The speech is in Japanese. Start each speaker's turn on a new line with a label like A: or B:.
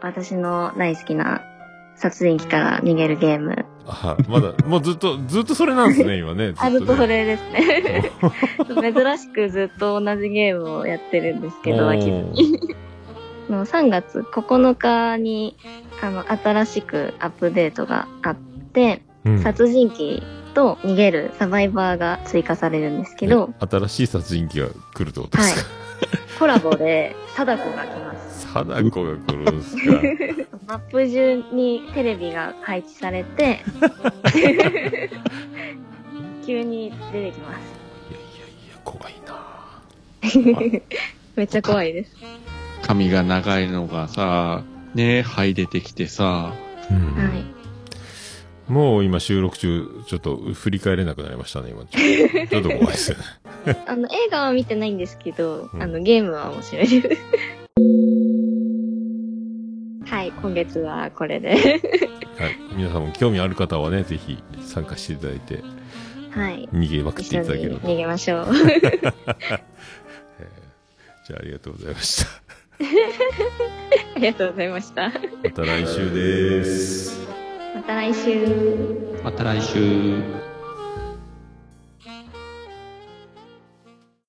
A: 私の大好きな殺人鬼から逃げるゲーム。
B: あまだ、もうずっと、ずっとそれなんで すね、今ね。
A: あ、ずっとそ
B: ね。
A: れです ね。珍しくずっと同じゲームをやってるんですけど、
B: おー
A: 秋の3月9日に、あの、新しくアップデートがあって、
B: うん
A: 殺人鬼と逃げるサバイバーが追加されるんですけど、
B: 新しい殺人鬼が来るってことですか、
A: コラボで貞子が来ます。
B: 貞子が来るんですか
A: マップ中にテレビが配置され て、急に出てきます。
B: いやいやいや怖いな
A: めっちゃ怖いです。
C: 髪が長いのがさ、ね、肺出てきてさ、
B: ぁ、うん
A: はい。
B: もう今収録中ちょっと振り返れなくなりましたね今ちょっとちょっと怖い ですよね
A: あの、映画は見てないんですけど、
B: うん
A: あの、ゲームは面白い です。はい、今月はこれで。
B: はい皆さんも興味ある方はねぜひ参加していただいて
A: はい。
B: 逃げまくっ
A: 一
B: てい
A: 緒
B: た
A: に
B: だけると
A: 逃げましょう。
B: じゃあありがとうございました
A: ありがとうございました。
B: また来週です
A: また来週。
C: また来週。